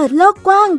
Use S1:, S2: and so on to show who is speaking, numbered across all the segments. S1: ด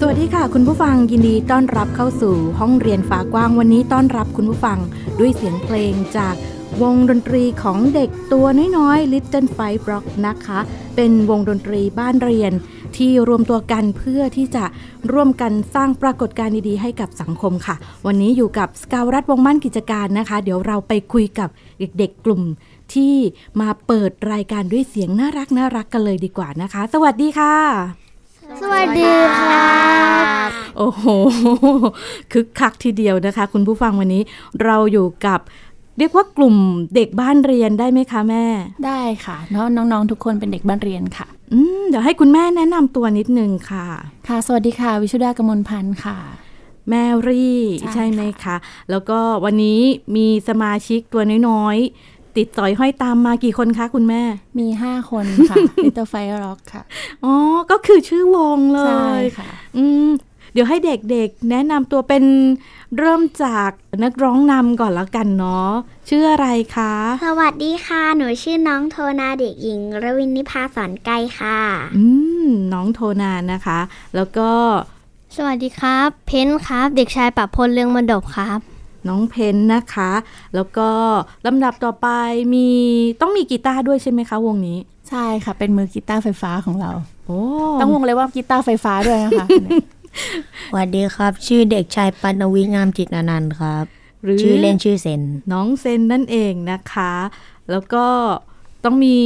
S2: สวัสดีค่ะ คุณผู้ฟังยินดีต้อนรับเข้าสู่ห้องเรียนฟ้ากว้างวันนี้ต้อนรับคุณผู้ฟังด้วยเสียงเพลงจากวงดนตรีของเด็กตัวน้อยๆ Little Five Rock นะคะ เป็นวงดนตรีบ้านเรียนที่รวมตัวกันเพื่อที่จะร่วมกันสร้างปรากฏการณ์ดีๆให้กับสังคมค่ะ วันนี้อยู่กับสกาวรัฐวงมั่นกิจการนะคะ เดี๋ยวเราไปคุยกับเด็กๆกลุ่มที่มาเปิดรายการด้วยเสียงน่ารักน่ารักๆกันเลยดีกว่านะคะ สวัสดีค่ะ
S3: สวัสดีครับ
S2: โอ้โห คึกคักทีเดียวนะคะ คุณผู้ฟังวันนี้ เราอยู่กับ เรียกว่ากลุ่มเด็กบ้านเรียนได้ไหมคะแม่
S4: ได้ค่ะเพราะน้องๆ ทุกคนเป็นเด็กบ้านเรียนค่ะ
S2: อืมเดี๋ยวให้คุณแม่แนะนำตัวนิดนึงค่ะ
S4: ค่ะ สวัสดีค่ะ วิชุดากมลพันธ์ค่ะ
S2: แมรี่
S4: ใช่
S2: ใช่ไหมคะ แล้วก็วันนี้มีสมาชิกตัวน้อยๆ ติดสอยห้อยตามมากี่คนคะคุณแม่
S4: มี 5 คนค่ะ Little Fire Rock ค่ะ
S2: อ๋อ ก็คือชื่อวงเล
S4: ใช่
S2: ย
S4: ค่ะ
S2: อืมเดี๋ยวให้เด็กๆ แนะนำตัวเป็นเริ่มจากนักร้องนำก่อนแล้วกันเนาะชื่ออะไรคะ
S3: สวัสดีค่ะ หนูชื่อน้องโทนาเด็กหญิงรวินนิพาสอนไกลค่ะ
S2: อืม น้องโทนานนะคะ แล้วก็
S3: สวัสดีครับ เพ้นครับ เด็กชายปรับพลเรืองมดบครับ
S2: น้องเพนนะคะ แล้วก็ลำดับต่อไปมีต้องมีกีตาร์ด้วยใช่ไหมคะวงนี้
S4: ใช่ค่ะ เป็นมือกีตาร์ไฟฟ้าของเรา
S2: โอ้
S4: ต้องวงเลยว่ากีตาร์ไฟฟ้าด้วยนะคะ
S5: สวัสดีครับ ชื่อเด็กชายปัณวิงามจิตนานันท์ครับ
S2: หรือ
S5: ชื่อเล่นชื่อเซน
S2: น้องเซนนั่นเองนะคะ แล้วก็ต้องมี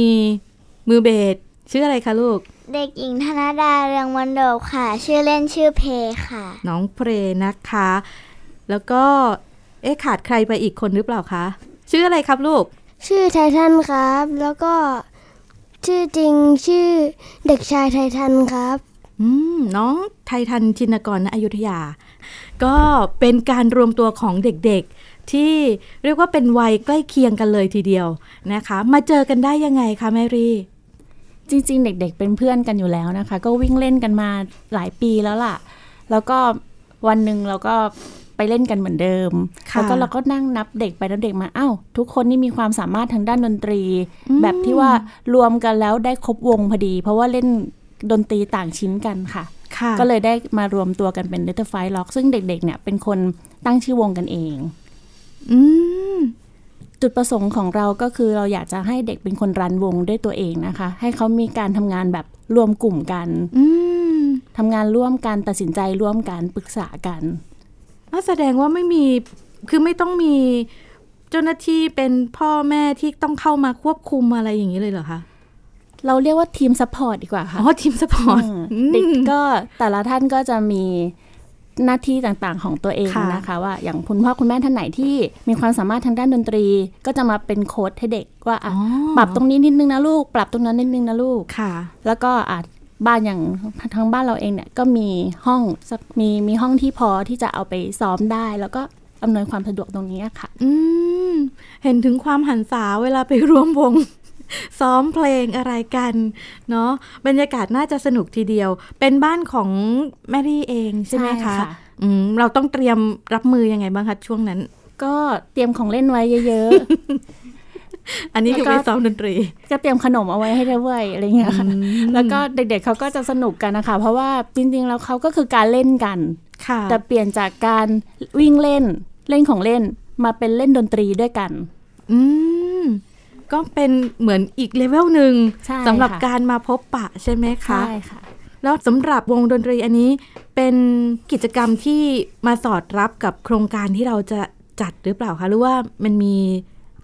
S2: มือเบสชื่ออะไรคะลูก
S3: เด็กหญิงธนดาเรืองมดบค่ะ ชื่อเล่นชื่อเพค่ะ
S2: น้องเพรนะคะ แล้วก็ เอ๊ะขาดใครไปอีกคนหรือเปล่าคะ ชื่ออะไรครับลูก
S3: ชื่อไททันครับ แล้วก็ชื่อจริงชื่อเด็กชายไททันครับ
S2: อืม น้องไททันชินกรณอยุธยา ก็เป็นการรวมตัวของเด็กๆ ที่เรียกว่าเป็นวัยใกล้เคียงกันเลยทีเดียวนะคะ มาเจอกันได้ยังไงคะแมรี่
S4: จริงๆ เด็กๆ เป็นเพื่อนกันอยู่แล้วนะคะ ก็วิ่งเล่นกันมาหลายปีแล้วล่ะ แล้วก็วันหนึ่งเราก็ไปเล่นกันเหมือนเดิม
S2: ค่ะ
S4: แล้วก็เราก็นั่งนับเด็กไปนับเด็กมา อ้าว ทุกคนนี่มีความสามารถทางด้านดนตรี แบบที่ว่ารวมกันแล้วได้ครบวงพอดี เพราะว่าเล่นดนตรีต่างชิ้นกันค่ะ
S2: ค่ะ
S4: ก็เลยได้มารวมตัวกันเป็น Little Fight Rock ซึ่งเด็กๆ เนี่ยเป็นคนตั้งชื่อวงกันเอง
S2: อืม
S4: จุดประสงค์ของเราก็คือเราอยากจะให้เด็กเป็นคนรันวงด้วยตัวเองนะคะ ให้เขามีการทำงานแบบรวมกลุ่มกัน
S2: อืม
S4: ทำงานร่วมกันตัดสินใจร่วมกันปรึกษากัน
S2: น่าแสดงว่าไม่มี คือไม่ต้องมีเจ้าหน้าที่เป็นพ่อแม่ที่ต้องเข้ามาควบคุมอะไรอย่างนี้เลยเหรอคะ
S4: เราเรียกว่าทีมซัพพอร์ตดีกว่าค่ะ
S2: อ๋อทีมสปอร์ต
S4: อืมเด็กก็แต่ละท่านก็จะมีหน้าที่ต่างๆของตัวเอง
S2: ค่ะ
S4: นะคะ ว่าอย่างคุณพ่อคุณแม่ท่านไหนที่มีความสามารถทางด้านดนตรี ก็จะมาเป็นโค้ชให้เด็กว่าอ่ะ
S2: อ๋อ
S4: ปรับตรงนี้นิดนึงนะลูก ปรับตรงนั้นนิดนึงนะลูก
S2: ค่ะ
S4: แล้วก็อาจบ้านอย่างทางบ้านเราเองเนี่ยก็มีห้องสักมีมีห้องที่พอที่จะเอาไปซ้อมได้ แล้วก็อำนวยความสะดวกตรงนี้ค่ะ
S2: อืม เห็นถึงความหันษาเวลาไปร่วมวง ซ้อมเพลงอะไรกัน เนาะบรรยากาศน่าจะสนุกทีเดียว เป็นบ้านของแมรี่เองใช่ไหม
S4: ใช่
S2: คะ
S4: ค่ะ
S2: อืมเราต้องเตรียมรับมือยังไงบ้างคะช่วงนั้น
S4: ก็เตรียมของเล่นไว้เยอะ
S2: อันนี้คือ
S4: แล้
S2: ไป
S4: วก็
S2: ซ้อมดนตรี
S4: ๆ ก็เตรียมขนมเอาไว้ให้ด้วยอะไรเงี้ยค่ะ แล้วก็เด็กๆเขาก็จะสนุกกันนะคะ เพราะว่าจริงๆแล้วเขาก็คือการเล่นกัน
S2: ค่ะ
S4: แต่เปลี่ยนจากการวิ่งเล่นเล่นของเล่นมาเป็นเล่นดนตรีด้วยกัน
S2: อืม ก็เป็นเหมือนอีกเลเวลหนึ่ง
S4: ใช่
S2: สำหรับ
S4: ค่ะ
S2: การมาพบปะใช่ไหมคะ
S4: ใช่ค่ะ
S2: แล้วสำหรับวงดนตรีอันนี้เป็นกิจกรรมที่มาสอดรับกับโครงการที่เราจะจัดหรือเปล่าคะหรือว่ามันมี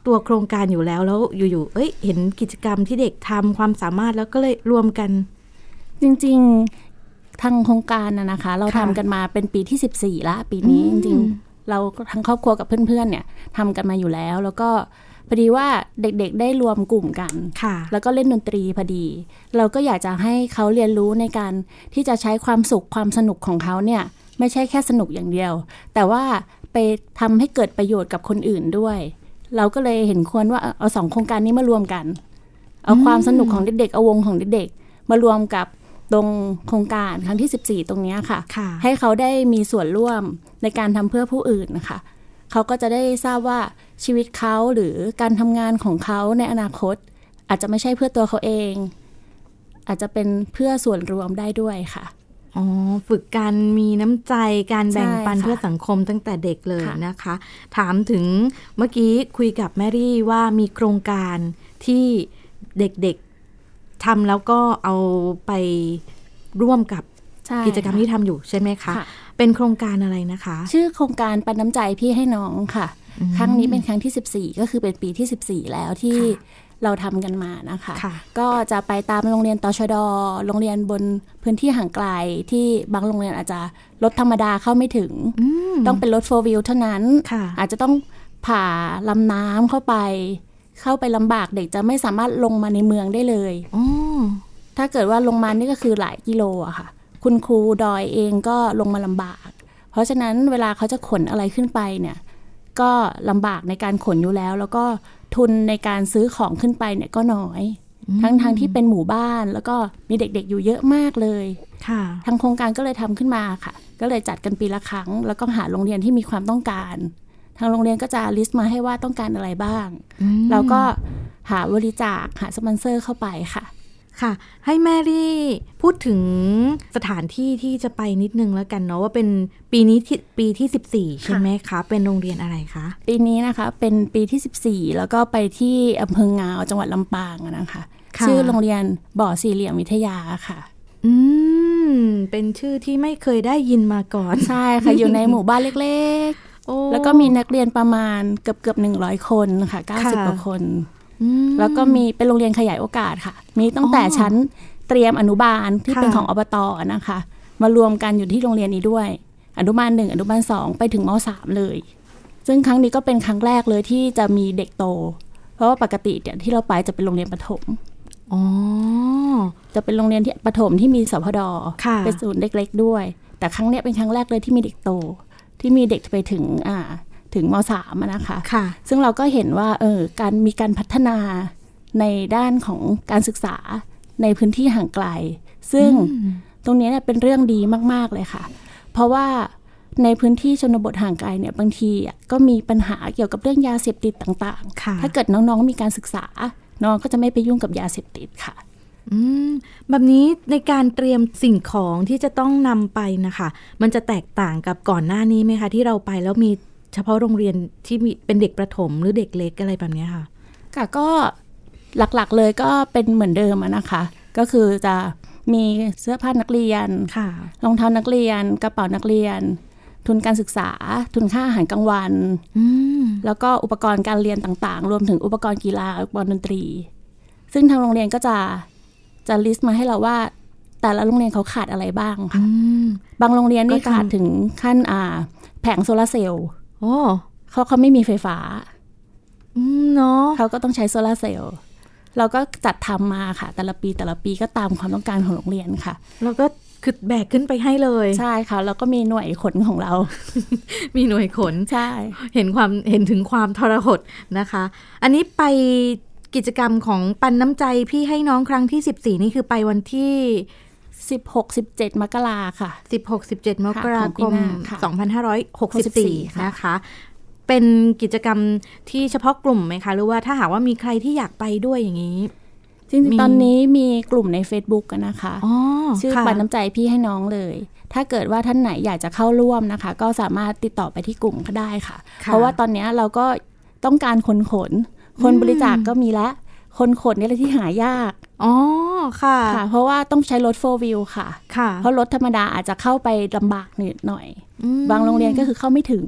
S2: ตัวโครงการอยู่แล้วแล้วอยู่ๆเอ้ย เห็นกิจกรรมที่เด็กทำความสามารถแล้วก็เลยรวมกัน
S4: จริงๆทางโครงการนะนะคะ เรา
S2: ค่ะ
S4: ทำกันมาเป็นปีที่ 14 ละ ปีนี้
S2: อืม
S4: จริงๆเราก็ทั้งครอบครัวกับเพื่อนๆเนี่ยทำกันมาอยู่แล้ว แล้วก็พอดีว่าเด็กๆได้รวมกลุ่มกัน
S2: ค่ะ
S4: แล้วก็เล่นดนตรีพอดี เราก็อยากจะให้เขาเรียนรู้ในการที่จะใช้ความสุขความสนุกของเขาเนี่ย ไม่ใช่แค่สนุกอย่างเดียว แต่ว่าไปทำให้เกิดประโยชน์กับคนอื่นด้วย เราก็เลยเห็นควรว่าเอาเอาสองโครงการนี้มารวมกัน เอาความสนุกของเด็กๆเอาวงของเด็กๆ มารวมกับตรงโครงการครั้งที่ 14 ตรงเนี้ยค่ะ
S2: ค่ะ
S4: ให้เขาได้มีส่วนร่วมในการทำเพื่อผู้อื่นนะคะ เขาก็จะได้ทราบว่าชีวิตเขาหรือการทำงานของเขาในอนาคต อาจจะไม่ใช่เพื่อตัวเขาเอง อาจจะเป็นเพื่อส่วนรวมได้ด้วยค่ะ
S2: อ๋อฝึกการมีน้ำใจการแบ่งปัน
S4: ใช่ค่ะ
S2: เพื่อสังคมตั้งแต่เด็กเลย
S4: ค่ะ
S2: นะคะ ถามถึงเมื่อกี้คุยกับแมรี่ว่ามีโครงการที่เด็กๆทำแล้วก็เอาไปร่วมกับ
S4: ใช่
S2: กิจกรรมที่ทำอยู่ใช่ไหมคะ
S4: ค่ะ
S2: เป็นโครงการอะไรนะคะ
S4: ชื่อโครงการปันน้ำใจพี่ให้น้องค่ะ ครั้งนี้เป็นครั้งที่ 14 ก็คือเป็นปีที่ 14 แล้วที่เราทำกันมานะคะ
S2: ค่ะ
S4: ก็จะไปตามโรงเรียนตชด โรงเรียนบนพื้นที่ห่างไกลที่บางโรงเรียนอาจจะรถธรรมดาเข้าไม่ถึง
S2: อืม
S4: ต้องเป็นรถโฟวิลเท่านั้น
S2: ค่ะ
S4: อาจจะต้องผ่าลำน้ำเข้าไป เข้าไปลำบากเด็กจะไม่สามารถลงมาในเมืองได้เลย
S2: อ๋อ
S4: ถ้าเกิดว่าลงมานี่ก็คือหลายกิโลอะค่ะ คุณครูดอยเองก็ลงมาลำบาก เพราะฉะนั้นเวลาเขาจะขนอะไรขึ้นไปเนี่ย ก็ลำบากในการขนอยู่แล้ว แล้วก็ทุนในการซื้อของขึ้นไปเนี่ยก็น้อย ทั้งทางที่เป็นหมู่บ้านแล้วก็มีเด็กๆอยู่เยอะมากเลย
S2: ค่ะ
S4: ทางโครงการก็เลยทำขึ้นมาค่ะ ก็เลยจัดกันปีละครั้ง แล้วก็หาโรงเรียนที่มีความต้องการ ทางโรงเรียนก็จะลิสต์มาให้ว่าต้องการอะไรบ้าง เราก็หาบริจาคหาสปอนเซอร์เข้าไปค่ะ
S2: ค่ะ ให้แมรี่พูดถึงสถานที่ที่จะไปนิดนึงแล้วกันเนาะว่าเป็นปีนี้ที่ปีที่ 14 ใช่ไหมคะ เป็นโรงเรียนอะไรคะ
S4: ปีนี้นะคะเป็นปีที่ 14 แล้วก็ไปที่อำเภองาวจังหวัดลำปางอะนะคะ
S2: ค่ะ
S4: ชื่อโรงเรียนบ่อสี่เหลี่ยมวิทยาค่ะ
S2: อืม เป็นชื่อที่ไม่เคยได้ยินมาก่อน
S4: ใช่ค่ะ อยู่ในหมู่บ้านเล็ก
S2: โอ้
S4: ๆ แล้วก็มีนักเรียนประมาณเกือบเกือบหนึ่งร้อยคนค่ะ
S2: ค่ะ
S4: 90กว่าคน
S2: อืม
S4: แล้วก็มีเป็นโรงเรียนขยายโอกาสค่ะ มีตั้งแต่
S2: อ๋อ
S4: ชั้นเตรียมอนุบาลที่
S2: ค่ะ
S4: เป็นของอบตนะคะ มารวมกันอยู่ที่โรงเรียนนี้ด้วย อนุบาลหนึ่งอนุบาลสองไปถึงมสามเลย ซึ่งครั้งนี้ก็เป็นครั้งแรกเลยที่จะมีเด็กโต เพราะว่าปกติเนี่ยที่เราไปจะเป็นโรงเรียนประถม
S2: อ๋อ
S4: จะเป็นโรงเรียนที่ประถมที่มีสพด
S2: ค่ะ
S4: เป็นศูนย์เด็กๆด้วย แต่ครั้งเนี้ยเป็นครั้งแรกเลยที่มีเด็กโต ที่มีเด็กไปถึงอ่าถึงมสามอะนะคะ
S2: ค่ะ
S4: ซึ่งเราก็เห็นว่าเออการมีการพัฒนาในด้านของการศึกษาในพื้นที่ห่างไกล ซึ่งตรงเนี้ยเนี่ยเป็นเรื่องดีมาก ๆ เลยค่ะ เพราะว่าในพื้นที่ชนบทห่างไกลเนี่ยบางทีอ่ะก็มีปัญหาเกี่ยวกับเรื่องยาเสพติดต่าง
S2: ค่ะ
S4: ถ้าเกิดน้อง ๆ มีการศึกษา น้องก็จะไม่ไปยุ่งกับยาเสพติดค่ะ
S2: อืม แบบนี้ในการเตรียมสิ่งของที่จะต้องนำไปนะคะ มันจะแตกต่างกับก่อนหน้านี้ไหมคะ ที่เราไปแล้วมีเฉพาะโรงเรียนที่มีเป็นเด็กประถมหรือเด็กเล็กอะไรแบบเนี้ยค่ะ
S4: ค่ะก็หลักๆเลยก็เป็นเหมือนเดิมอะนะคะ ก็คือจะมีเสื้อผ้านักเรียน
S2: ค่ะ
S4: รองเท้านักเรียน กระเป๋านักเรียน ทุนการศึกษา ทุนค่าอาหารกลางวัน
S2: อืม
S4: แล้วก็อุปกรณ์การเรียนต่างๆ รวมถึงอุปกรณ์กีฬาอุปกรณ์ดนตรี ซึ่งทางโรงเรียนก็จะจะลิสต์มาให้เราว่า แต่ละโรงเรียนเขาขาดอะไรบ้างค่ะ
S2: อืม
S4: บางโรงเรียนนี่
S2: ก็ทำ
S4: ขาดถึงขั้นอ่า แผงโซลาร์เซลล์
S2: โอ้
S4: เขาะเขาไม่มีไฟฟ้า
S2: อืมเนาะ
S4: เขาก็ต้องใช้โซลาร์เซลล์เราก็จัดทำมาค่ะ แต่ละปีแต่ละปีก็ตามความต้องการของโรงเรียนค่ะ
S2: แล้วก็คือแบกขึ้นไปให้เลย
S4: ใช่ค่ะ แล้วก็มีหน่วยขนของ เรา
S2: มีหน่วยขน
S4: ใช่
S2: เห็นความเห็นถึงความทรหดนะคะ อันนี้ไปกิจกรรมของปันน้ำใจพี่ให้น้องครั้งที่ 14 นี่คือไปวันที่
S4: 16 17 มกราค่ะ
S2: 16 17 มกราคม
S4: ของปีหน้าค่ะ
S2: 2564
S4: ค่ะ
S2: นะคะ เป็นกิจกรรมที่เฉพาะกลุ่มไหมคะ หรือว่าถ้าหากว่ามีใครที่อยากไปด้วยอย่างนี้
S4: จริง
S2: มี
S4: ๆ ตอนนี้มีกลุ่มใน Facebook กันนะคะ
S2: อ๋อ
S4: ชื่อ
S2: ค่ะ
S4: ปันน้ำใจพี่ให้น้องเลย ถ้าเกิดว่าท่านไหนอยากจะเข้าร่วมนะคะ ก็สามารถติดต่อไปที่กลุ่มก็ได้ค่ะ
S2: ค่
S4: เพราะว่าตอนเนี้ยเราก็ต้องการคนขน คนบริจาคก็มีละคนขนเนี่ยแหละที่หายาก
S2: อ๋อค่ะ
S4: ค่ะ เพราะว่าต้องใช้รถโฟวิลค่ะ
S2: ค่ะ
S4: เพราะรถธรรมดาอาจจะเข้าไปลำบากนิดหน่อย
S2: อืม
S4: บางโรงเรียนก็คือเข้าไม่ถึง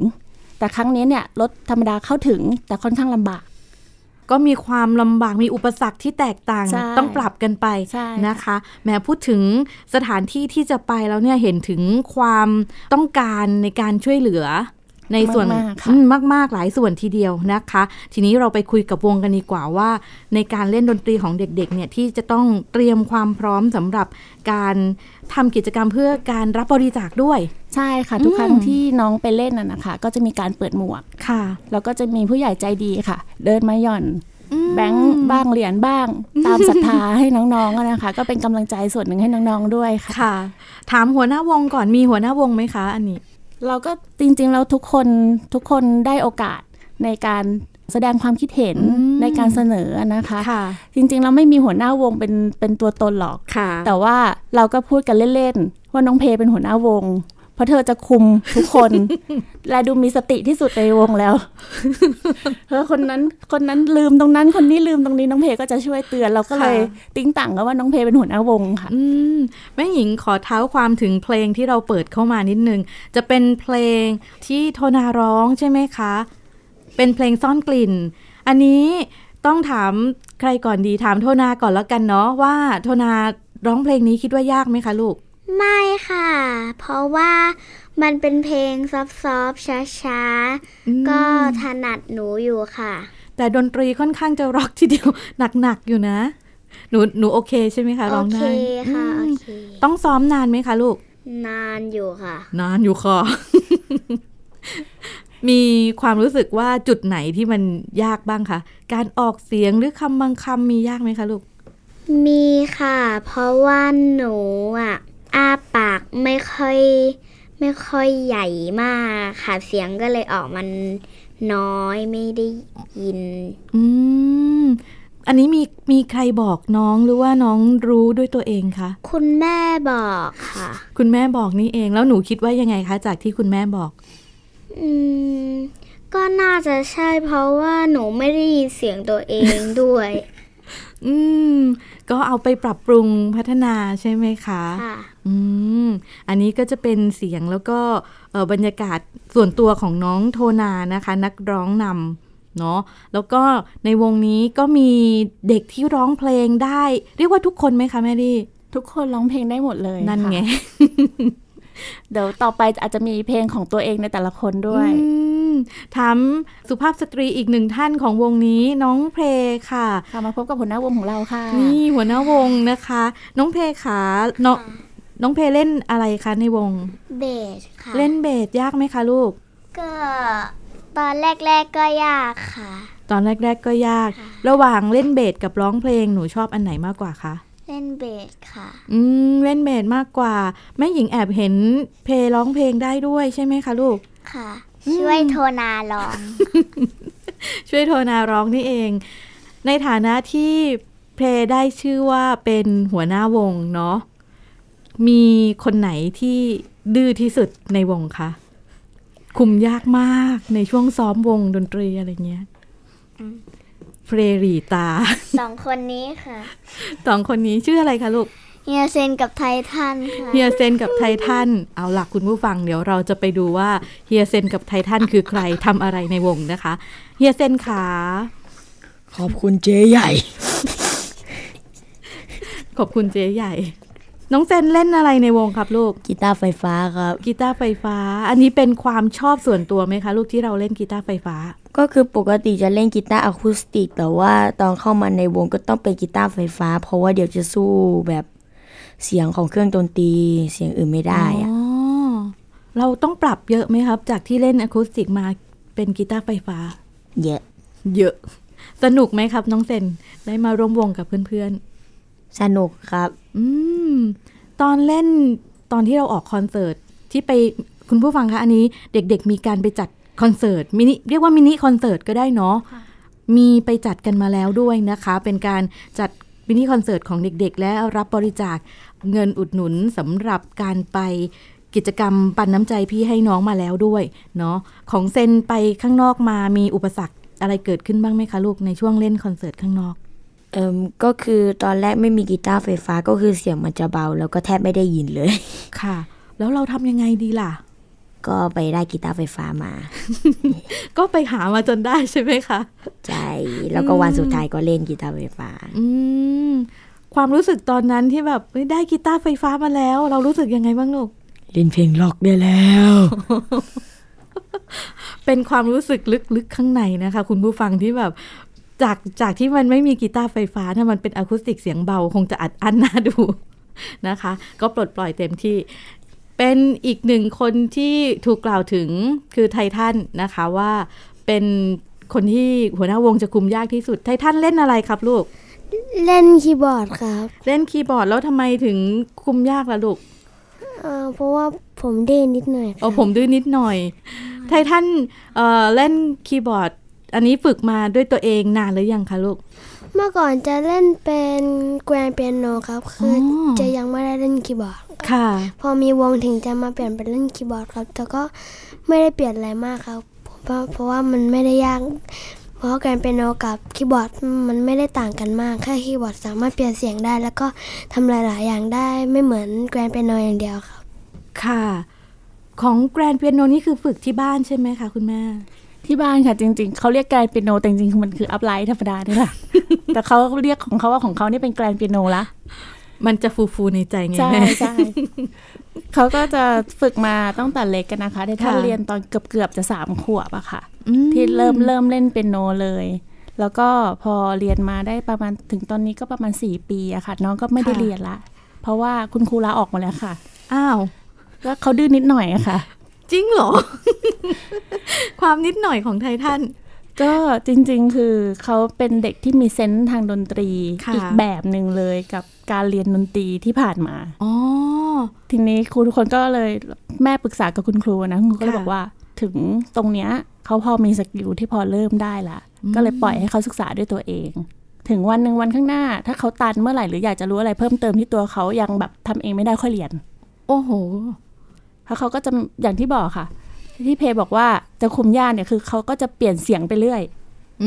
S4: แต่ครั้งนี้เนี่ยรถธรรมดาเข้าถึงแต่ค่อนข้างลำบาก
S2: ก็มีความลำบากมีอุปสรรคที่แตกต่าง
S4: ใช่
S2: ต้องปรับกันไป
S4: ใช่
S2: นะคะแหม้พูดถึงสถานที่ที่จะไปแล้วเนี่ยเห็นถึงความต้องการในการช่วยเหลือ ในส่วน
S4: มากๆค่ะ
S2: อืมมากๆหลายส่วนทีเดียวนะคะ ทีนี้เราไปคุยกับวงกันดีกว่าว่า ในการเล่นดนตรีของเด็กๆเนี่ยที่จะต้องเตรียมความพร้อมสำหรับการทำกิจกรรมเพื่อการรับบริจาคด้วย
S4: ใช่ค่ะ ทุกครั้ง
S2: อืม
S4: ที่น้องไปเล่นน่ะนะคะ ก็จะมีการเปิดหมวก
S2: ค่ะ
S4: แล้วก็จะมีผู้ใหญ่ใจดีค่ะ เดินมาหย่อน
S2: อืม
S4: แบงค์บ้างเหรียญบ้าง ตามศรัทธาให้น้องๆอะนะคะ ก็เป็นกำลังใจส่วนหนึ่งให้น้องๆด้วยค่ะ
S2: ค่ะ ถามหัวหน้าวงก่อนมีหัวหน้าวงไหมคะ อันนี้
S4: เราก็จริงๆแล้วทุกคนทุกคนได้โอกาสในการแสดงความคิดเห็น
S2: อืม
S4: ในการเสนออะนะคะ
S2: ค่ะ
S4: จริงๆเราไม่มีหัวหน้าวงเป็นเป็นตัวตนหรอก
S2: ค่ะ
S4: แต่ว่าเราก็พูดกันเล่นๆ ว่าน้องเพเป็นหัวหน้าวง เพราะเธอจะคุมทุกคน และดูมีสติที่สุดในวงแล้ว เออคนนั้นคนนั้นลืมตรงนั้นคนนี้ลืมตรงนี้น้องเพก็จะช่วยเตือนเราก็เลย
S2: ค่ะ
S4: ติ้งต่างกันว่าน้องเพเป็นหัวหน้าวงค่ะ
S2: อืมแม่หญิงขอเท้าความถึงเพลงที่เราเปิดเข้ามานิดนึง จะเป็นเพลงที่โทนาร้องใช่ไหมคะ เป็นเพลงซ่อนกลิ่น อันนี้ต้องถามใครก่อนดีถามโทนาก่อนแล้วกันเนาะว่าโทนาร้องเพลงนี้คิดว่ายากไหมคะลูก
S3: ไม่ค่ะ เพราะว่ามันเป็นเพลงซอฟๆช้า
S2: อืม
S3: ๆ ก็ถนัดหนูอยู่ค่ะ
S2: แต่ดนตรีค่อนข้างจะร็อกทีเดียว หนักๆอยู่นะ หนูหนูโอเคใช่ไหมคะ
S3: โอ
S2: ร้อง
S3: เค
S2: ได้
S3: ค่ะ
S2: อื
S3: โอ
S2: ม
S3: เค
S2: ต้องซ้อมนานไหมคะลูก
S3: นานอยู่ค่ะ
S2: นานอยู่ค่ะ มีความรู้สึกว่าจุดไหนที่มันยากบ้างคะ การออกเสียงหรือคำบางคำมียากไหมคะลูก
S3: มีค่ะ เพราะว่าหนูอ่ะอ้าปากไม่ค่อย ไม่ค่อยใหญ่มากค่ะ เสียงก็เลยออกมันน้อยไม่ได้ยิน
S2: อืม อันนี้มีมีใครบอกน้องหรือว่าน้องรู้ด้วยตัวเองคะ
S3: คุณแม่บอกค่ะ
S2: คุณแม่บอกนี่เอง แล้วหนูคิดว่ายังไงคะ จากที่คุณแม่บอก
S3: อืม ก็น่าจะใช่เพราะว่าหนูไม่ได้ยินเสียงตัวเองด้วย
S2: อืม ก็เอาไปปรับปรุงพัฒนาใช่ไหมคะ
S3: ค่ะ
S2: อืม อันนี้ก็จะเป็นเสียงแล้วก็เอ่อบรรยากาศส่วนตัวของน้องโทนานะคะ นักร้องนำเนาะแล้วก็ในวงนี้ก็มีเด็กที่ร้องเพลงได้ เรียกว่าทุกคนไหมคะแม่ดี
S4: ทุกคนร้องเพลงได้หมดเลย
S2: นั่น
S4: ค่ะ
S2: ไง
S4: เดี๋ยวต่อไปอาจจะมีเพลงของตัวเองในแต่ละคนด้วย
S2: อืมถามสุภาพสตรีอีกหนึ่งท่านของวงนี้น้องเพลค่ะ
S4: ค่ะมาพบกับหัวหน้าวงของเราค่ะ
S2: นี่หัวหน้าวงนะคะ น้องเพขาน้องน้องเพเล่นอะไรคะในวง
S3: เบสค่ะ
S2: เล่นเบสยากไหมคะลูก
S3: ก็ตอนแรก ๆ ก็ยากค่ะ
S2: ตอนแรก ๆ ก็ยาก ระหว่างเล่นเบสกับร้องเพลงหนูชอบอันไหนมากกว่าคะ
S3: เล่นเบสค่ะ
S2: อืม เล่นเบสมากกว่า แม่หญิงแอบเห็นเพลงร้องเพลงได้ด้วยใช่ไหมคะลูก
S3: ค่ะ ช่วยโทนาร้อง
S2: ช่วยโทนาร้องนี่เอง ในฐานะที่เพลงได้ชื่อว่าเป็นหัวหน้าวงเนาะ มีคนไหนที่ดื้อที่สุดในวงคะ คุมยากมากในช่วงซ้อมวงดนตรีอะไรเงี้ยเพลรีตา
S3: สองคนนี้ค่ะ
S2: สองคนนี้ชื่ออะไรคะลูก
S3: เฮียเซนกับไททันค่ะ
S2: เฮียเซนกับไททัน เอาหลักคุณผู้ฟังเดี๋ยวเราจะไปดูว่าเฮียเซนกับไททันคือใครทำอะไรในวงนะคะ เฮียเซนขา
S5: ขอบคุณเจ๊ใหญ่
S2: ขอบคุณเจ๊ใหญ่ น้องเซนเล่นอะไรในวงครับลูก
S5: กีตาร์ไฟฟ้าครับ
S2: กีตาร์ไฟฟ้า อันนี้เป็นความชอบส่วนตัวไหมคะ ลูกที่เราเล่นกีตาร์ไฟฟ้า
S5: ก็คือปกติจะเล่นกีตาร์อะคูสติก แต่ว่าตอนเข้ามาในวงก็ต้องเป็นกีตาร์ไฟฟ้า เพราะว่าเดี๋ยวจะสู้แบบเสียงของเครื่องดนตรีเสียงอื่นไม่ได้อะ
S2: อ๋อ เราต้องปรับเยอะไหมครับ จากที่เล่นอะคูสติกมาเป็นกีตาร์ไฟฟ้า
S5: เยอะ
S2: เยอะ สนุกไหมครับ น้องเซนได้มาร่วมวงกับเพื่อนๆ
S5: สนุกครับ
S2: อืม ตอนเล่นตอนที่เราออกคอนเสิร์ตที่ไปคุณผู้ฟังคะอันนี้เด็กๆมีการไปจัดคอนเสิร์ตมินิเรียกว่ามินิคอนเสิร์ตก็ได้เนาะมีไปจัดกันมาแล้วด้วยนะคะ เป็นการจัดมินิคอนเสิร์ตของเด็กๆ และรับบริจาคเงินอุดหนุนสำหรับการไปกิจกรรมปันน้ำใจพี่ให้น้องมาแล้วด้วยเนาะของเซนไปข้างนอกมามีอุปสรรค อะไรเกิดขึ้นบ้างไหมคะลูกในช่วงเล่นคอนเสิร์ตข้างนอก
S5: เอิมก็คือตอนแรกไม่มีกีตาร์ไฟฟ้าก็คือเสียงมันจะเบา แล้วก็แทบไม่ได้ยินเลย
S2: ค่ะ แล้วเราทำยังไงดีล่ะ
S5: ก็ไปได้กีตาร์ไฟฟ้ามา
S2: ก็ไปหามาจนได้ใช่ไหมคะ
S5: ใจ แล้วก็วันสุดท้ายก็เล่นกีตาร์ไฟฟ้า
S2: อืม ความรู้สึกตอนนั้นที่แบบเฮ้ยได้กีตาร์ไฟฟ้ามาแล้ว เรารู้สึกยังไงบ้างลูก
S5: เล่นเพลงล็อกได้แล้ว
S2: เป็นความรู้สึกลึกๆข้างในนะคะ คุณผู้ฟังที่แบบจากจากที่มันไม่มีกีตาร์ไฟฟ้าถ้ามันเป็นอะคูสติกเสียงเบาคงจะอัดอั้นน่าดู นะคะ ก็ปลดปล่อยเต็มที่ เป็นอีกหนึ่งคนที่ถูกกล่าวถึงคือไททันนะคะว่าเป็นคนที่หัวหน้าวงจะคุมยากที่สุดไททันเล่นอะไรครับลูก
S6: เล่นคีย์บอร์ดครับ
S2: เล่นคีย์บอร์ดแล้วทำไมถึงคุมยากล่ะลูก
S6: เอ่อเพราะว่าผมเด่นนิดหน่อยครับ
S2: เอาผมดื้อนิดหน่อย ไททันเอ่อเล่นคีย์บอร์ด อันนี้ฝึกมาด้วยตัวเองนานหรือยังคะลูก
S6: เมื่อก่อนจะเล่นเป็นแกรนเปียโนครับ คืออ
S2: อ
S6: จะยังไม่ได้เล่นคีย์บอร์ด
S2: ค่ะ
S6: พอมีวงถึงจะมาเปลี่ยนเป็นเล่นคีย์บอร์ดครับ แต่ก็ไม่ได้เปลี่ยนอะไรมากครับ เพราะเพราะว่ามันไม่ได้ยาก เพราะแกรนเปียโนกับคีย์บอร์ดมันไม่ได้ต่างกันมาก แค่คีย์บอร์ดสามารถเปลี่ยนเสียงได้ แล้วก็ทำหลาย ๆ อย่างได้ไม่เหมือนแกรนเปียโนอย่างเดียวครับ
S2: ค่ะ ของแกรนเปียโนนี่คือฝึกที่บ้านใช่ไหมคะคุณแม่
S4: ที่บ้านค่ะจริงๆ เขาเรียกแกรนเปียโนแต่จริงๆ มันคืออัพไลท์ธรรมดา นี่แหละ แต่เขาเรียกของเขาว่าของเขานี่เป็นแกรนเปียโนละ
S2: มันจะฟูฟูๆในใจไง
S4: ใช่
S2: แม่
S4: ใช่เขาก็จะฝึกมาตั้งแต่เล็กกันนะคะได้ท่าน
S2: ค่ะ
S4: เรียนตอนเกือบเกือบๆจะสามขวบอะค่ะ
S2: อืม
S4: ที่เริ่มเริ่มเล่นเปียโนเลย แล้วก็พอเรียนมาได้ประมาณถึงตอนนี้ก็ประมาณ 4 ปีอะค่ะ น้องก็ไม่ได้เรียนละ เพราะว่าคุณครูลาออกหมาแล้วค่ะ
S2: อ้าว
S4: แล้วเขาดื้อนนิดหน่อยอะค่ะ
S2: จริงเหรอ ความนิดหน่อยของไททัน
S4: ก็จริงๆ คือเขาเป็นเด็กที่มีเซนส์ทางดนตรี
S2: ค่ะ
S4: อีกแบบหนึ่งเลยกับการเรียนดนตรีที่ผ่านมา
S2: อ๋อ
S4: ทีนี้ครูทุกคนก็เลยแม่ปรึกษากับคุณครูนะคุณครูก็เลย
S2: ค่ะ
S4: บอกว่าถึงตรงเนี้ยเขาพอมีสกิลที่พอเริ่มได้ละ
S2: อืม
S4: ก็เลยปล่อยให้เขาศึกษาด้วยตัวเอง ถึงวันหนึ่งวันข้างหน้า ถ้าเขาตันเมื่อไหร่หรืออยากจะรู้อะไรเพิ่มเติมที่ตัวเขายังแบบทำเองไม่ได้ค่อยเรียน
S2: โอ้โห
S4: เพราะเขาก็จะอย่างที่บอกค่ะ ที่เพย์บอกว่าจะคุมยากเนี่ยคือเขาก็จะเปลี่ยนเสียงไปเรื่อย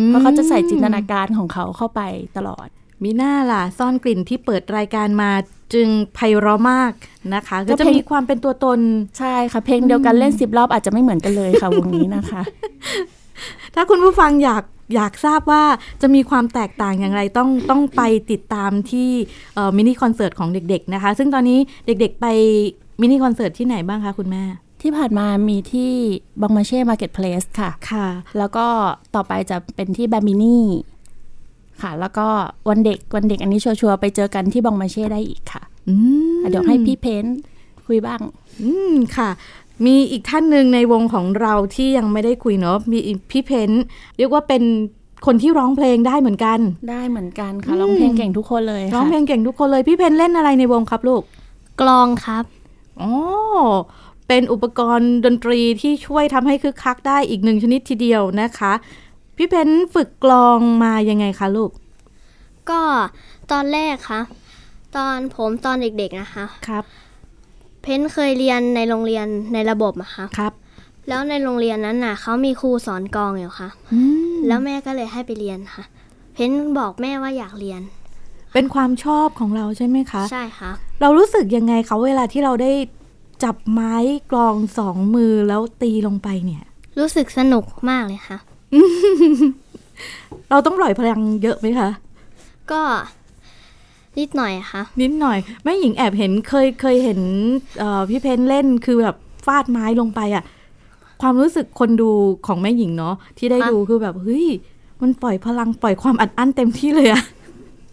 S4: เพราะเขาจะใส่จินตนาการของเขาเข้าไปตลอด
S2: มีหน้าล่ะ ซ่อนกลิ่นที่เปิดรายการมาจึงไพเราะมากนะคะ
S4: ก็
S2: ก็จะ
S4: เพลง
S2: มีความเป็นตัวตน
S4: ใช่ค่ะ เพลงเดียวกันเล่นสิบรอบอาจจะไม่เหมือนกันเลยค่ะวงนี้นะคะ
S2: ถ้าคุณผู้ฟังอยากอยากทราบว่าจะมีความแตกต่างอย่างไรต้องต้องไปติดตามที่มินิคอนเสิร์ตของเด็กๆนะคะ ซึ่งตอนนี้เด็กๆไปมินิคอนเสิร์ตที่ไหนบ้างคะคุณแม่
S4: ที่ผ่านมามีที่บองมาเช่มาร์เก็ตเพลสค่ะ
S2: ค่ะ
S4: แล้วก็ต่อไปจะเป็นที่แบมบินี่ค่ะ แล้วก็วันเด็กวันเด็กอันนี้ชัวร์ๆไปเจอกันที่บองมาเช่ได้อีกค่ะ
S2: อืม
S4: อ่ะ เดี๋ยวให้พี่เพนท์คุยบ้าง
S2: อืมค่ะ มีอีกท่านหนึ่งในวงของเราที่ยังไม่ได้คุยเนาะมีพี่เพนท์เรียกว่าเป็นคนที่ร้องเพลงได้เหมือนกัน
S4: ได้เหมือนกันค่ะร้องเพลงเก่งทุกคนเลยค่ะ
S2: ร้องเพลงเก่งทุกคนเลย พี่เพนเล่นอะไรในวงครับลูก
S3: กลองครับ
S2: อ๋อ เป็นอุปกรณ์ดนตรีที่ช่วยทำให้คึกคักได้อีกหนึ่งชนิดทีเดียวนะคะ พี่เพนฝึกกลองมายังไงคะลูก
S3: ก็ตอนแรกครับตอนผมตอนเด็กๆนะคะ
S2: ครับ
S3: เพ้นเคยเรียนในโรงเรียนในระบบอะค่ะ
S2: ครับ
S3: แล้วในโรงเรียนนั้นน่ะเขามีครูสอนกลองอยู่ค่ะ แล้วแม่ก็เลยให้ไปเรียนค่ะ เพ้นบอกแม่ว่าอยากเรียน
S2: เป็นความชอบของเราใช่ไหมคะ
S3: ใช่ค่ะ
S2: เรารู้สึกยังไงคะเวลาที่เราได้จับไม้กลองสองมือแล้วตีลงไปเนี่ย
S3: รู้สึกสนุกมากเลยค่ะ
S2: เราต้องปล่อยพลังเยอะไหมคะ
S3: ก็นิดหน่อยอะค่ะ
S2: นิดหน่อยแม่หญิงแอบเห็นเคยเคยเห็นเอ่อพี่เพนเล่นคือแบบฟาดไม้ลงไปอะความรู้สึกคนดูของแม่หญิงเนาะที่ได้
S3: ค่ะ
S2: ดูคือแบบเฮ้ยมันปล่อยพลังปล่อยความอัดอั้นเต็มที่เลยอะ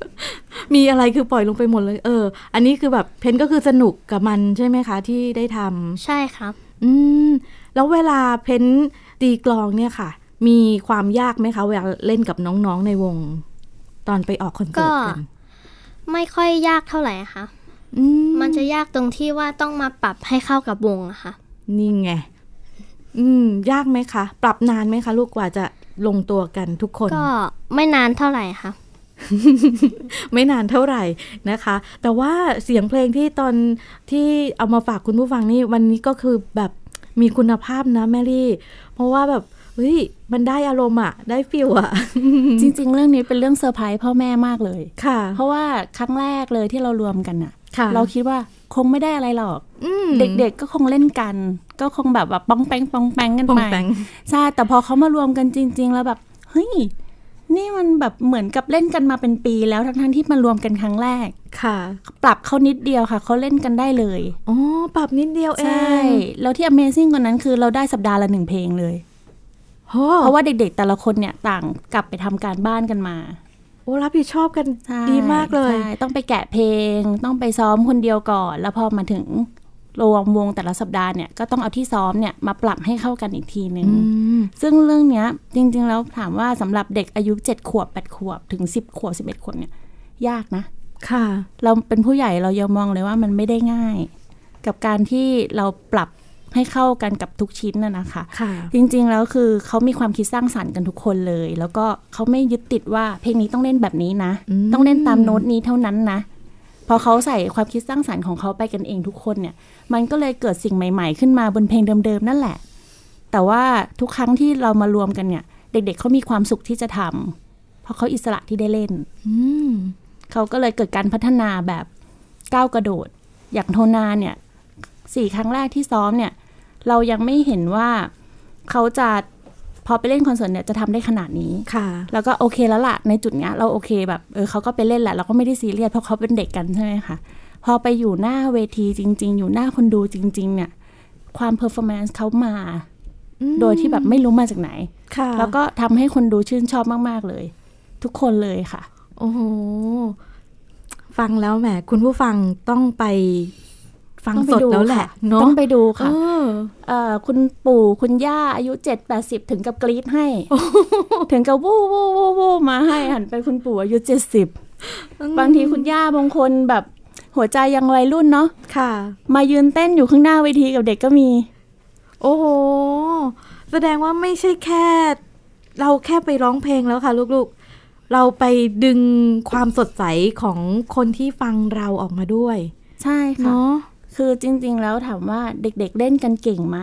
S2: มีอะไรคือปล่อยลงไปหมดเลยเออ อันนี้คือแบบเพนก็คือสนุกกับมันใช่ไหมคะ ที่ได้ทำ
S3: ใช่ครับ
S2: อืมแล้วเวลาเพนตีกลองเนี่ยค่ะ มีความยากไหมคะเวลาเล่นกับน้องๆในวง ตอนไปออกคอนเสิร์ตกัน
S3: ไม่ค่อยยากเท่าไหร่อะค่ะ
S2: อืม
S3: มันจะยากตรงที่ว่าต้องมาปรับให้เข้ากับวงอะค่ะ
S2: นี่ไง อืม ยากไหมคะ ปรับนานไหมคะ ลูกกว่าจะลงตัวกันทุกคน
S3: ก็ไม่นานเท่าไหร่ค่ะ
S2: ไม่นานเท่าไหร่นะคะ แต่ว่าเสียงเพลงที่ตอนที่เอามาฝากคุณผู้ฟังนี่วันนี้ก็คือแบบมีคุณภาพนะแมรี่ เพราะว่าแบบ เฮ้ยมันได้อารมณ์อะได้ฟิลอะ
S4: จริง ๆ เรื่องนี้เป็นเรื่องเซอร์ไพรส์พ่อแม่มากเลย
S2: ค่ะ
S4: เพราะว่าครั้งแรกเลยที่เรารวมกันอะ
S2: ค่ะ
S4: เราคิดว่าคงไม่ได้อะไรหรอก
S2: อืม
S4: เด็กๆก็คงเล่นกัน ก็คงแบบแบบป้องแปงป้องแปงกัน
S2: ปอง
S4: ไป
S2: แปง
S4: ใช่แต่พอเขามารวมกันจริง ๆ แล้วแบบเฮ้ยนี่มันแบบเหมือนกับเล่นกันมาเป็นปีแล้วทั้งๆที่มารวมกันครั้งแรก
S2: ค่ะ
S4: ปรับเขานิดเดียวค่ะเขาเล่นกันได้เลย
S2: อ๋อปรับนิดเดียวเอ
S4: ใช่
S2: ง
S4: แล้วที่ Amazing กว่านั้นคือเราได้สัปดาห์ละหนึ่งเพลงเลย
S2: โอ้
S4: เพราะว่าเด็กๆ แต่ละคนเนี่ยต่างกลับไปทำการบ้านกันมา
S2: โอ้รับผิดชอบกัน
S4: ใช่
S2: ดีมากเลย
S4: ใช่ต้องไปแกะเพลง ต้องไปซ้อมคนเดียวก่อน แล้วพอมาถึงรวมวงแต่ละสัปดาห์เนี่ยก็ต้องเอาที่ซ้อมเนี่ยมาปรับให้เข้ากันอีกทีหนึ่ง
S2: อืม
S4: ซึ่งเรื่องเนี้ยจริงๆ แล้วถามว่าสำหรับเด็กอายุ 7 ขวบ 8 ขวบ ถึง 10 ขวบ 11 ขวบเนี่ยยากนะ
S2: ค่ะ
S4: เราเป็นผู้ใหญ่เรายังมองเลยว่ามันไม่ได้ง่าย กับการที่เราปรับให้เข้ากันกับทุกชิ้นน่ะนะคะ
S2: ค่ะ
S4: จริงๆ แล้วคือเขามีความคิดสร้างสรรค์กันทุกคนเลย แล้วก็เขาไม่ยึดติดว่าเพลงนี้ต้องเล่นแบบนี้นะ
S2: อืม
S4: ต้องเล่นตามโน้ตนี้เท่านั้นนะ พอเขาใส่ความคิดสร้างสรรค์ของเขาไปกันเองทุกคนเนี่ย มันก็เลยเกิดสิ่งใหม่ๆ ขึ้นมาบนเพลงเดิมๆ นั่นแหละ แต่ว่าทุกครั้งที่เรามารวมกันเนี่ย เด็กๆเขามีความสุขที่จะทำเพราะเขาอิสระที่ได้เล่น
S2: อืม
S4: เขาก็เลยเกิดการพัฒนาแบบก้าวกระโดด อย่างโทนาเนี่ยสี่ครั้งแรกที่ซ้อมเนี่ย เรายังไม่เห็นว่าเขาจะพอไปเล่นคอนเสิร์ตเนี่ยจะทำได้ขนาดนี้
S2: ค่ะ
S4: แล้วก็โอเคแล้วล่ะในจุดเนี้ยเราโอเคแบบเออเขาก็ไปเล่นแหละเราก็ไม่ได้ซีเรียสเพราะเขาเป็นเด็กกันใช่ไหมคะพอไปอยู่หน้าเวทีจริง ๆ อยู่หน้าคนดูจริง ๆ เนี่ย ความเพอร์ฟอร์แมนซ์เขามา โดยที่แบบไม่รู้มาจากไหน
S2: ค่ะ
S4: แล้วก็ทำให้คนดูชื่นชอบมากๆเลย ทุกคนเลยค่ะ
S2: โอ้โห ฟังแล้วแหม คุณผู้ฟังต้องไป ฟัง
S4: ต้อง
S2: ส
S4: ไป
S2: ดแล้วแหละ
S4: ค่
S2: เนาะ
S4: ต้องไปดู
S2: เอ
S4: ค่ะ
S2: อ
S4: เอ่อคุณปู่คุณย่าอายุ7 8 0 ถึงกับกรี๊ด ให้ ถึงกับวู้วู้วู้วู้มาให้หันไปคุณปู่อายุ 70 บางทีคุณย่าบางคนแบบหัวใจยังวัยรุ่นเนาะ
S2: ค่ะ
S4: มายืนเต้นอยู่ข้างหน้าเวทีกับเด็กก็มี
S2: โอ้โห แสดงว่าไม่ใช่แค่ เราแค่ไปร้องเพลงแล้วค่ะ ลูกๆ เราไปดึงความสดใสของคนที่ฟังเราออกมาด้วย
S4: ใช่ค่ะ
S2: เนาะ
S4: คือจริง ๆ แล้วถามว่าเด็กๆเล่นกันเก่งไหม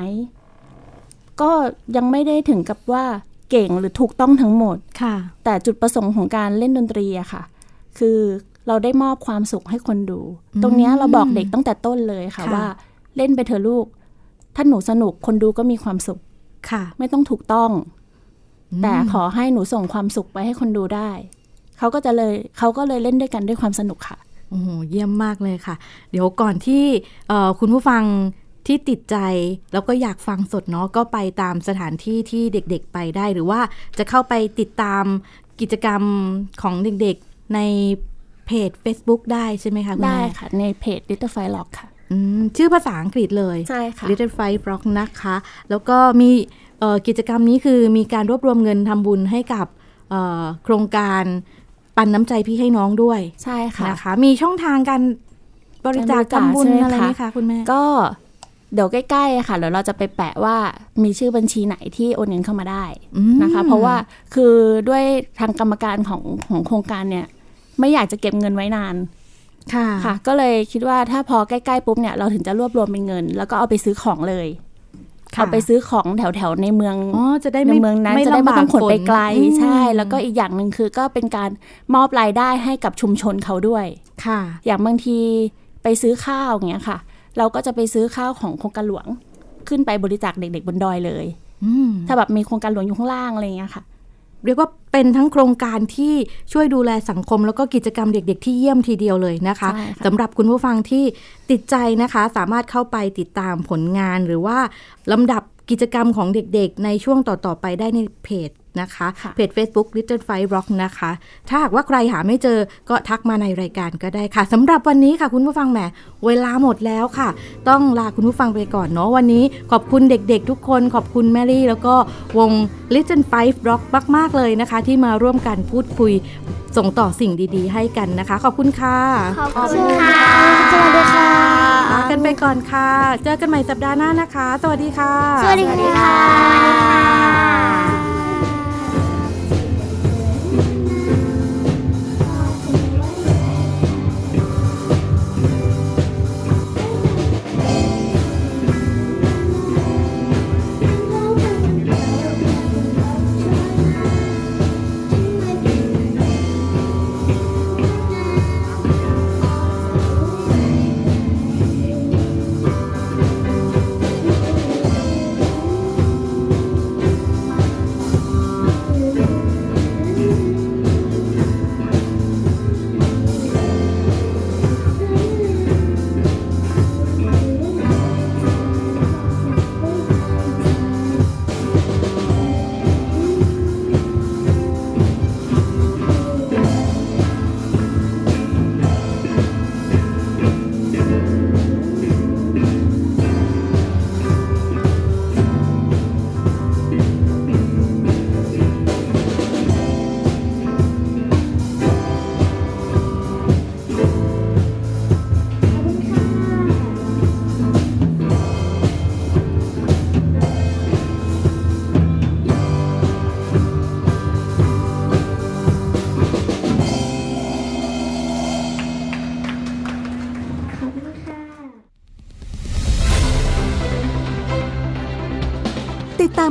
S4: ก็ยังไม่ได้ถึงกับว่าเก่งหรือถูกต้องทั้งหมด
S2: ค่ะ
S4: แต่จุดประสงค์ของการเล่นดนตรีอะค่ะ คือเราได้มอบความสุขให้คนดู ตรงเนี้ยเราบอกเด็กตั้งแต่ต้นเลยค่ะ
S2: ค่ะ
S4: ว่าเล่นไปเถอะลูก ถ้าหนูสนุกคนดูก็มีความสุข
S2: ค่ะ
S4: ไม่ต้องถูกต้อง แต่ขอให้หนูส่งความสุขไปให้คนดูได้ เขาก็จะเลยเขาก็เลยเล่นด้วยกันด้วยความสนุกค่ะ
S2: โอ้โหเยี่ยมมากเลยค่ะ เดี๋ยวก่อนที่เอ่อคุณผู้ฟังที่ติดใจ แล้วก็อยากฟังสดเนาะก็ไปตามสถานที่ที่เด็กๆไปได้ หรือว่าจะเข้าไปติดตามกิจกรรมของเด็กๆในเพจ Facebook ได้ใช่ไหมคะคุณ
S4: ได้
S2: แม่
S4: ค่ะ ในเพจ Little Fire Lock ค่ะ
S2: อืมชื่อภาษาอังกฤษเลย
S4: ใช่ค่ะ
S2: Little Fight Rock นะคะ แล้วก็มีเอ่อกิจกรรมนี้คือมีการรวบรวมเงินทำบุญให้กับเอ่อโครงการปันน้ำใจพี่ให้น้องด้วย
S4: ใช่ค่ะ
S2: นะคะมีช่องทางการบริจาค
S4: การบริจาค
S2: ทำบุญ
S4: ใช่ไหม
S2: อะไรไหม
S4: คะ
S2: คะคุณแม่
S4: ก็เดี๋ยวใกล้ๆอะค่ะเดี๋ยวเราจะไปแปะว่ามีชื่อบัญชีไหนที่โอนเงินเข้ามาได้
S2: อืม
S4: นะคะ เพราะว่าคือด้วยทางกรรมการของของโครงการเนี่ย ไม่อยากจะเก็บเงินไว้นาน
S2: ค่ะ
S4: ค่ะ ก็เลยคิดว่าถ้าพอใกล้ๆปุ๊บเนี่ยเราถึงจะรวบรวมเป็นเงิน แล้วก็เอาไปซื้อของเลย
S2: ค่ะ
S4: เอาไปซื้อของแถวๆในเมือง
S2: อ๋อจะได้
S4: ใน
S2: ไม่
S4: เมืองนั้น
S2: ไม่
S4: จะได้ไม่
S2: ลำบาก
S4: ต้องขนไปไกล
S2: อืม
S4: ใช่ แล้วก็อีกอย่างหนึ่งคือก็เป็นการมอบรายได้ให้กับชุมชนเขาด้วย
S2: ค่ะ
S4: อย่างบางทีไปซื้อข้าวอย่างเงี้ยค่ะ เราก็จะไปซื้อข้าวของโครงการหลวง ขึ้นไปบริจาคเด็ก ๆ บนดอยเลย
S2: อืม
S4: ถ้าแบบมีโครงการหลวงอยู่ข้างล่างอะไรอย่างเงี้ยค่ะ
S2: เรียกว่าเป็นทั้งโครงการที่ช่วยดูแลสังคม แล้วก็กิจกรรมเด็กๆ ที่เยี่ยมทีเดียวเลยนะคะ
S4: ใช่ค่ะ
S2: สำหรับคุณผู้ฟังที่ติดใจนะคะ สามารถเข้าไปติดตามผลงานหรือว่าลำดับกิจกรรมของเด็กๆ ในช่วงต่อ ๆ ไปได้ในเพจนะคะ
S4: ค่ะ
S2: เพจ Facebook Little Fight Rock นะคะ ถ้าหากว่าใครหาไม่เจอก็ทักมาในรายการก็ได้ค่ะสำหรับวันนี้ค่ะคุณผู้ฟังแหมเวลาหมดแล้วค่ะ ต้องลาคุณผู้ฟังไปก่อนเนาะวันนี้ขอบคุณเด็กๆทุกคน ขอบคุณแมรี่แล้วก็วง Little Fight Rock มาก ๆ เลยนะคะ ที่มาร่วมกันพูดคุยส่งต่อสิ่งดีๆ ให้กันนะคะ ขอบคุณค่ะ
S3: ขอบคุณค่ะ
S6: สวัสดีค่ะ
S2: ลากันไปก่อนค่ะ เจอกันใหม่สัปดาห์หน้านะคะ สวัสดีค่ะ
S6: สวัสดีค่ะ
S3: Thank you.
S1: าม